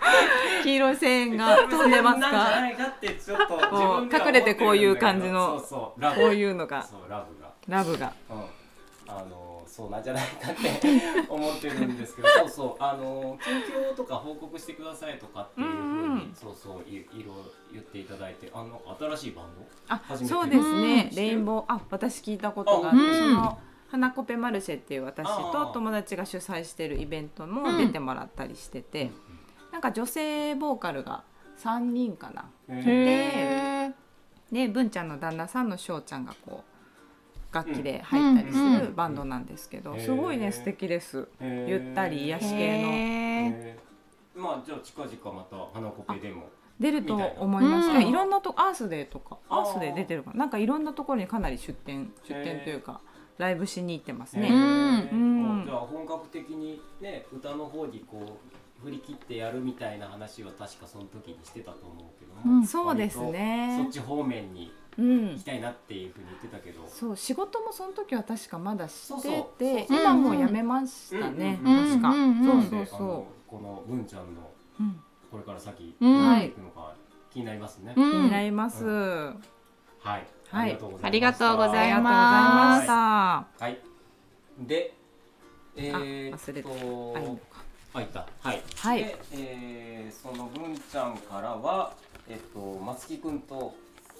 Speaker 2: 黄色い線が飛んでます
Speaker 1: なんじゃ
Speaker 2: か
Speaker 1: ないかってちょっと自分では思ってるんだけど
Speaker 2: 隠れてこういう感じの
Speaker 1: そうそう ラブ
Speaker 2: こういうのが
Speaker 1: そうラブが。
Speaker 2: ラブが
Speaker 1: うんあのそうなんじゃないかって思ってるんですけどそうそうあの近況とか報告してくださいとかっていうふうに、
Speaker 2: うんうん
Speaker 1: そうそういいろいろ言っていただいてあの新しいバンド
Speaker 2: あ
Speaker 1: 初めて
Speaker 2: そうですね、
Speaker 1: うん
Speaker 2: レインボーあ私聞いたことがあっ
Speaker 1: あ
Speaker 3: うん
Speaker 2: てその花コペマルシェっていう私
Speaker 1: あ
Speaker 2: と
Speaker 1: ー
Speaker 2: 友達が主催してるイベント
Speaker 3: うん
Speaker 2: も出てもらったりしてて、なんか女性ボーカルが3人かな
Speaker 1: え
Speaker 3: へー
Speaker 2: で文ちゃんの旦那さんの翔ちゃんがこう楽器で入ったり
Speaker 3: うん
Speaker 2: す
Speaker 1: う
Speaker 2: る
Speaker 1: ん
Speaker 2: バンドなんですけど、
Speaker 1: へー
Speaker 2: すごいね素敵です
Speaker 1: ー
Speaker 2: ゆったり癒し
Speaker 3: へー
Speaker 1: えーまあじゃあ近々また花コペでも
Speaker 2: 出ると思います
Speaker 3: み
Speaker 2: い
Speaker 3: たいな
Speaker 2: ろんなとこアースデーとか
Speaker 1: あー
Speaker 2: アースデー出てるかななんかいろんなところにかなり出店出店というかライブしに行ってます
Speaker 1: ね
Speaker 2: ね、
Speaker 3: へー
Speaker 2: うん
Speaker 1: もうじゃあ本格的にね歌の方にこう振り切ってやるみたいな話は確かその時にしてたと思うけども、
Speaker 3: うん
Speaker 2: そうです
Speaker 1: そっ
Speaker 2: ね
Speaker 1: ち方面に
Speaker 2: う
Speaker 1: 行
Speaker 2: ん
Speaker 1: きたいなっていうふうに言ってたけど、
Speaker 2: そう仕事もその時は確かまだし
Speaker 1: そうそう
Speaker 2: てて
Speaker 1: そう
Speaker 2: 今もう辞めましたね、
Speaker 1: うんうん
Speaker 2: 確か、
Speaker 3: うんうんう
Speaker 2: そ
Speaker 3: ん
Speaker 2: うそう
Speaker 1: であの
Speaker 2: そ
Speaker 1: この文ちゃんの
Speaker 2: う、うん、
Speaker 1: これから先
Speaker 3: うん
Speaker 1: どうなっていくのか気になりますね、
Speaker 2: 気
Speaker 3: う
Speaker 2: に
Speaker 3: ん
Speaker 2: なります、
Speaker 1: う
Speaker 2: あ
Speaker 1: はい、
Speaker 2: はい
Speaker 1: ありがとうご
Speaker 3: あ
Speaker 1: ざ
Speaker 2: り
Speaker 1: い
Speaker 2: が
Speaker 1: ま
Speaker 2: とうござい
Speaker 1: し
Speaker 2: ました、
Speaker 1: たはいでえー、
Speaker 2: あ忘れて
Speaker 1: っと
Speaker 2: あいいのか
Speaker 1: あ、いた。はい。
Speaker 2: はい
Speaker 1: で、えー、その文ちゃんからは、えっと、松木くんと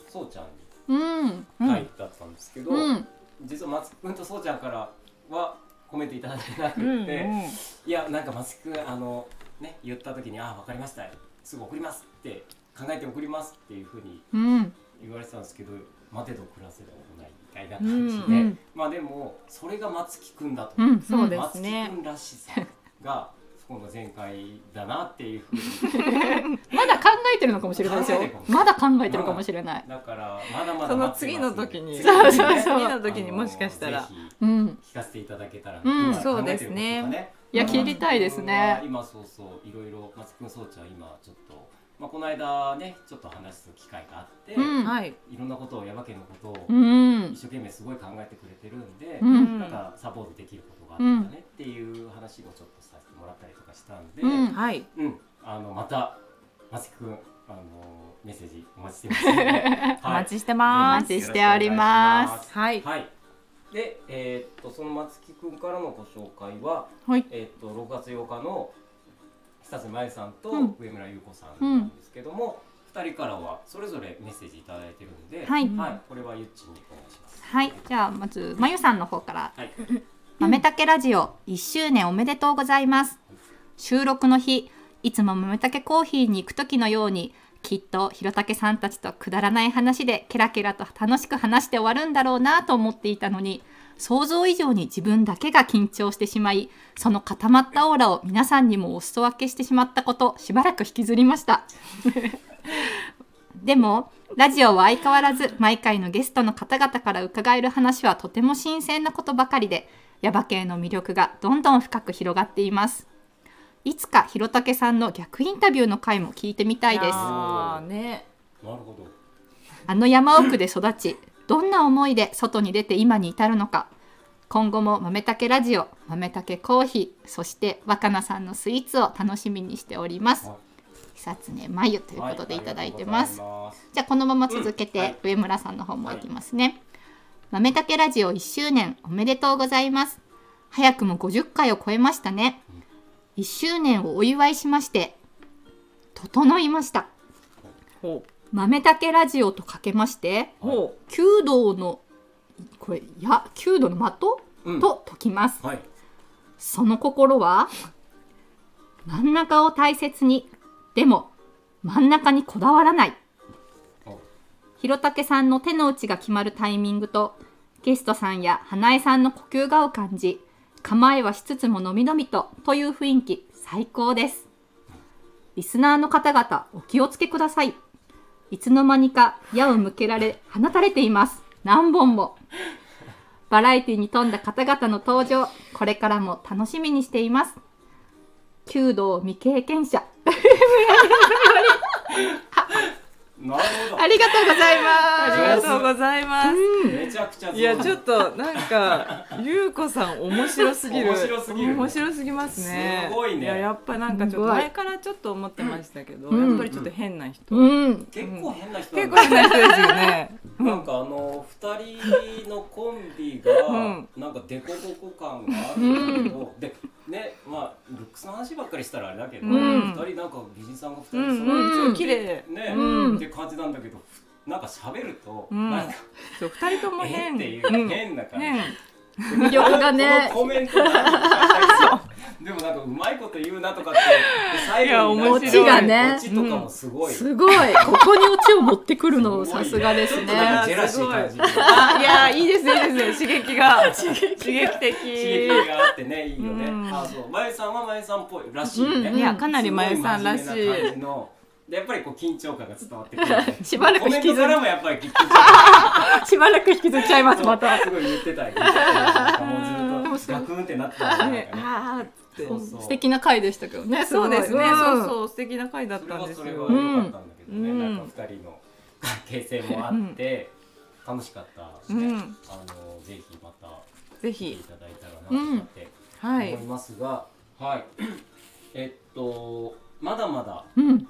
Speaker 1: そうちゃんに
Speaker 3: うん、
Speaker 2: うん
Speaker 1: 書いてあったんですけど、
Speaker 3: うん、
Speaker 1: 実は松木くんとそうちゃんからはコメントいただけなく
Speaker 2: う
Speaker 1: て、
Speaker 2: んうん
Speaker 1: いや、なんか松木くん、あの、ね、言った時に、あ、わかりました。すぐ送りますって、考えて送りますっていうふうに
Speaker 3: うん、
Speaker 1: 言われてたんですけど、待てど暮らせどないみたいな感じで、
Speaker 3: うん
Speaker 1: まあでも、それが松木くんだと。
Speaker 3: うん、
Speaker 2: そうです
Speaker 1: 松木
Speaker 2: ね
Speaker 1: くんらしさが今度全開だなっていうふうに
Speaker 3: まだ考えてるのかもしれないですよ
Speaker 1: 考えてるかもしれな
Speaker 3: ま
Speaker 1: い
Speaker 3: だ考えてるかもしれない、
Speaker 1: だ からまだまだ
Speaker 2: その
Speaker 1: 待って
Speaker 2: 次
Speaker 1: ます
Speaker 2: の時 に
Speaker 1: 次の時に
Speaker 3: そうそう そう
Speaker 2: 次の時にもしかした
Speaker 1: あの
Speaker 2: ら
Speaker 1: ぜ
Speaker 3: うん、
Speaker 1: ひ聞かせていただけたら、
Speaker 3: うん
Speaker 1: 今考えてることとか
Speaker 2: そうですね
Speaker 3: いや聞きたいですね
Speaker 1: 今そうそういろいろ松君装置は今ちょっと、まあ、この間ねちょっと話す機会があって、
Speaker 3: うん
Speaker 2: はい
Speaker 1: いろんなことを山家のことを
Speaker 3: うん
Speaker 1: 一生懸命すごい考えてくれてるんで、
Speaker 3: うん
Speaker 1: なんかサポートできることがあったらねっていう話をちょっとさせてもらったりとかしたんで、
Speaker 3: うん
Speaker 2: はい
Speaker 1: うん、あのまた松木くんあのメッセージお待ちして ますので、はい
Speaker 2: お待ちして
Speaker 1: お。
Speaker 2: ま
Speaker 3: 待
Speaker 2: す
Speaker 3: ちしております
Speaker 2: はい
Speaker 1: はい。で、えーっとその松木くんからのご紹介は、
Speaker 3: はい
Speaker 1: えーっと6月8日の久瀬真由さんと
Speaker 3: うん
Speaker 1: 上村優子さんなんですけども、二人からはそれぞれメッセージいただいてるので、
Speaker 3: はい
Speaker 1: これはゆっちにお願いします。
Speaker 3: はいじゃあまずまゆさんの方から
Speaker 1: はい。
Speaker 3: 豆たけラジオ1周年おめでとうございます。収録の日、いつも豆たけコーヒーに行く時のように、きっとひろたけさんたちとくだらない話でケラケラと楽しく話して終わるんだろうなと思っていたのに、想像以上に自分だけが緊張してしまい、その固まったオーラを皆さんにもお裾分けしてしまったこと、しばらく引きずりました。でもラジオは相変わらず毎回のゲストの方々から伺える話はとても新鮮なことばかりでヤバ系の魅力がどんどん深く広がっていますいつかひろたけさんの逆インタビューの回も聞いてみたいです
Speaker 2: あーね
Speaker 1: なるほど。
Speaker 3: あの山奥で育ち、どんな思いで外に出て今に至るのか。今後も豆たけラジオ、豆たけコーヒー、そして若菜さんのスイーツを楽しみにしております
Speaker 1: はい。
Speaker 3: 久常まゆということでいただいてます。
Speaker 1: はい
Speaker 3: じゃあこのまま続け
Speaker 1: うんは
Speaker 3: て
Speaker 1: い
Speaker 3: 上村さんの方もいきますね。豆たけラジオ1周年おめでとうございます。早くも50回を超えましたね。1周年をお祝いしまして、整いました。
Speaker 2: ほ
Speaker 3: 豆たけラジオとかけまして、
Speaker 2: うほ
Speaker 3: 弓道のこれや弓道の的、
Speaker 1: うん
Speaker 3: と解きます
Speaker 1: はい。
Speaker 3: その心は真ん中を大切にでも真ん中にこだわらない
Speaker 1: お
Speaker 3: ひろたけさんの手の内が決まるタイミングとゲストさんや花江さんの呼吸がを感じ構えはしつつものみのみとという雰囲気最高ですリスナーの方々お気をつけくださいいつの間にか矢を向けられ放たれています何本もバラエティに富んだ方々の登場これからも楽しみにしています弓道未経験者
Speaker 1: なるほ
Speaker 3: ありがとうございます
Speaker 2: ありがとうございます
Speaker 1: ど。めちゃくちゃ上手。
Speaker 2: いやちょっとなんかゆうこさん面白すぎる
Speaker 1: 面白すぎる
Speaker 2: 面白すぎますね
Speaker 1: すごいね
Speaker 2: ややっぱなんかちょっ
Speaker 3: すご
Speaker 2: と
Speaker 3: い
Speaker 2: 前からちょっと思ってましたけど、
Speaker 3: うん
Speaker 2: やっぱりちょっと変な人、
Speaker 3: うん
Speaker 1: 結構変な人な
Speaker 2: 結
Speaker 1: ん
Speaker 2: 構
Speaker 1: だ。
Speaker 2: 変な人ですよね
Speaker 1: なんかあの2人のコンビが
Speaker 2: うん
Speaker 1: なんかデコボコ感があるんだけど、でねまあルックスの話ばっかりしたらあれだけど、
Speaker 2: う
Speaker 1: 二
Speaker 2: ん
Speaker 1: 2人なんか美人さんが2人
Speaker 2: うん
Speaker 1: 揃
Speaker 2: うん
Speaker 1: っ
Speaker 2: す
Speaker 1: て、
Speaker 2: ごい綺麗
Speaker 1: ね、
Speaker 3: うん
Speaker 1: って感じなんだけどなんか喋ると、
Speaker 2: うん
Speaker 1: なんか
Speaker 2: そう二人とも
Speaker 1: 変
Speaker 2: 変
Speaker 1: っていう、
Speaker 2: うん
Speaker 1: 変な感じ。
Speaker 2: 変
Speaker 3: 魅力がね
Speaker 1: このコメントなんかでもなんかうまいこと言うなとかってで最後になんか
Speaker 2: いや面白いオチが
Speaker 3: ね
Speaker 1: オチとかもすごい、
Speaker 3: すごいここにオチを持ってくるの
Speaker 1: すごい
Speaker 3: さ
Speaker 1: ね
Speaker 3: すがです
Speaker 1: ちょっとなんかジ
Speaker 3: ね
Speaker 1: ェラシー感じる
Speaker 2: あいやいいですねいいですね刺激が刺激的
Speaker 1: 刺激があってねいいよね。
Speaker 2: うん
Speaker 1: あそうまゆさんはまゆさんっぽいらしいね。
Speaker 3: うん
Speaker 2: いやかなりまゆさんらしい
Speaker 1: すご真面目な感じのでやっぱりこう緊張感が伝わってくる、ね。
Speaker 3: しばらく
Speaker 1: コメ
Speaker 3: 引
Speaker 1: ン
Speaker 3: き
Speaker 1: ト
Speaker 3: ず
Speaker 1: か
Speaker 3: る
Speaker 1: らもやっぱり緊張感
Speaker 3: しばらく引きずっちゃいますま
Speaker 1: が
Speaker 3: た
Speaker 1: すごい言ってたよ。なんかもうずっと
Speaker 3: で
Speaker 1: ガ
Speaker 3: も
Speaker 1: クンってなってたんだ
Speaker 2: ね
Speaker 1: よね。
Speaker 2: あーって
Speaker 1: そう
Speaker 3: 素敵な回でしたけどね
Speaker 2: そうですね、
Speaker 3: ごい
Speaker 2: そう
Speaker 3: う
Speaker 2: そう素敵な回だっ
Speaker 1: それ
Speaker 2: たん
Speaker 1: は
Speaker 2: です
Speaker 1: それ
Speaker 2: よ
Speaker 1: は良かったんだけどね。
Speaker 2: うん
Speaker 1: なんか二人の関係性もあって楽しかったしね。
Speaker 2: うん
Speaker 1: あのぜひまた
Speaker 2: ぜ
Speaker 1: 来てい
Speaker 2: ひ
Speaker 1: ただいたらなと思って。
Speaker 2: は
Speaker 1: 思
Speaker 2: い
Speaker 1: いますが、はい、えっとまだまだ、
Speaker 3: うん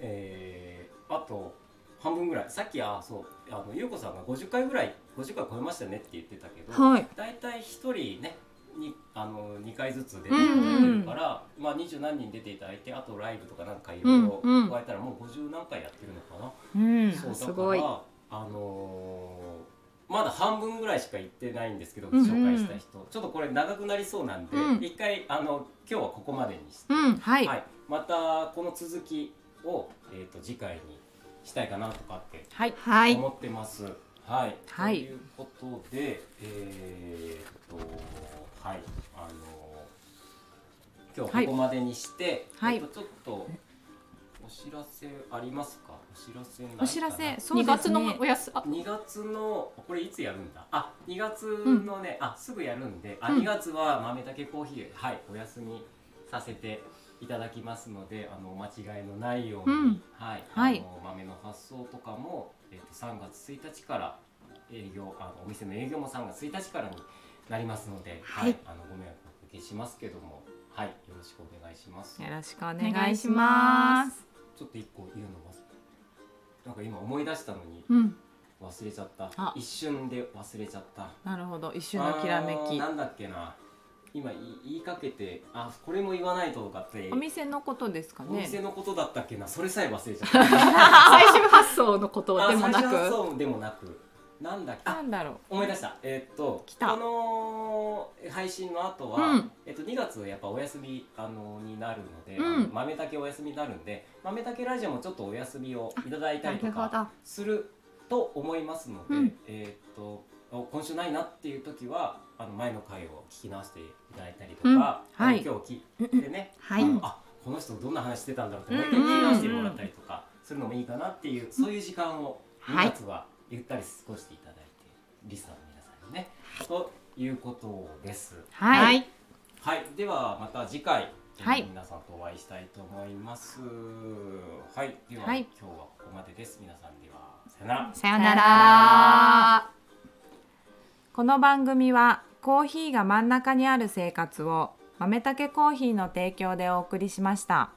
Speaker 1: えーあと半分ぐらいさっきあそうあのゆうこさんが50回ぐらい50回超えましたねって言ってたけど、
Speaker 2: はい
Speaker 1: だいたい一人ねにあの2回ずつ出ていた
Speaker 3: うん
Speaker 1: だ
Speaker 3: う
Speaker 1: い
Speaker 3: ん
Speaker 1: てるから、まあ、20何人出ていただいてあとライブとかなんかいろいろ
Speaker 3: うんうん
Speaker 1: 加えたらもう50何回やってるのかな。
Speaker 2: うん
Speaker 1: そうだ
Speaker 3: す
Speaker 1: か
Speaker 3: ごい
Speaker 1: らあのーまだ半分ぐらいしか行ってないんですけど、
Speaker 3: んうん
Speaker 1: 紹介した人ちょっとこれ長くなりそうなんで、
Speaker 3: うん
Speaker 1: 一回あの今日はここまでにして、
Speaker 3: うん
Speaker 2: はい、
Speaker 1: はい、またこの続きを、えー、と次回にしたいかなとかって
Speaker 2: はい、
Speaker 3: はい
Speaker 1: 思ってます。はい、
Speaker 2: はい
Speaker 1: ということでえーっとはいあの今日
Speaker 2: は
Speaker 1: はいここまでにして、
Speaker 2: はい
Speaker 1: えっとちょっとお知らせありますかお知らせないかな
Speaker 2: お知らせ、そう
Speaker 3: 2
Speaker 2: です
Speaker 3: 月の
Speaker 2: ね
Speaker 3: お。やすあ
Speaker 1: 2月のこれいつやるんだあ2月のね、あすぐやるんであ
Speaker 3: うん
Speaker 1: 2月は豆竹コーヒーはいお休みさせていただきますのであのお間違いのないように、
Speaker 3: うん
Speaker 1: はい、
Speaker 2: はい
Speaker 1: あの豆の発送とかも、えっと3月1日から営業あのお店の営業も3月1日からになりますので、
Speaker 3: はい
Speaker 1: あのご迷惑おかけしますけどもはいよろしくお願いします
Speaker 2: よろしくお
Speaker 3: お願
Speaker 2: 願
Speaker 3: い
Speaker 2: い
Speaker 3: し
Speaker 2: し
Speaker 3: ま
Speaker 2: ます
Speaker 3: す。
Speaker 1: ちょっと一個言うの忘れなんか今思い出したのに
Speaker 3: うん、
Speaker 1: 忘れちゃった
Speaker 2: あ
Speaker 1: 一瞬で忘れちゃった
Speaker 2: なるほど、一瞬のきらめ
Speaker 1: あー
Speaker 2: き
Speaker 1: な。んだっけな今言い言いかけてあこれも言わないととかって
Speaker 2: お店のことですか
Speaker 1: お店
Speaker 2: ね。
Speaker 1: のことだったっけなそれさえ忘れちゃった
Speaker 3: 最終発想のこと
Speaker 1: あ
Speaker 3: でもな
Speaker 1: 最初は
Speaker 3: く、
Speaker 1: そうでもなくなんだっけ
Speaker 2: な
Speaker 1: あ
Speaker 2: んだろ
Speaker 1: 思い出したえーっと
Speaker 2: 来た
Speaker 1: この配信の後は、
Speaker 3: うん
Speaker 1: えっと2月やっぱお休みあのになるので、
Speaker 3: うん
Speaker 1: あの豆竹お休みになるんで豆竹ラジオもちょっとお休みをいただいたりとか
Speaker 3: ど。
Speaker 1: すると思いますので、
Speaker 3: うん
Speaker 1: えーっとお今週ないなっていう時はあの前の回を聞き直していただいたりとか、
Speaker 3: うん
Speaker 1: あの
Speaker 2: はい
Speaker 1: 今日聞いてね、
Speaker 3: はい
Speaker 1: あのあこの人どんな話してたんだろうってもう一回
Speaker 2: うん
Speaker 1: 聞き直してもらったりとかするのもいいかなっていう、そういう時間を
Speaker 3: は
Speaker 1: 2
Speaker 3: い。
Speaker 1: 月はゆったり過ごしていただいて、リスナーの皆さんにね。ということです。
Speaker 2: はい
Speaker 1: はい、ではまた次回、
Speaker 2: はい
Speaker 1: 皆さんとお会いしたいと思います。はい、では、
Speaker 2: はい
Speaker 1: 今日はここまでです。皆さんではさよなら。
Speaker 3: さよ
Speaker 2: さ
Speaker 3: な
Speaker 2: よな
Speaker 3: ら
Speaker 2: ら。う。この番組はコーヒーが真ん中にある生活を豆たけコーヒーの提供でお送りしました。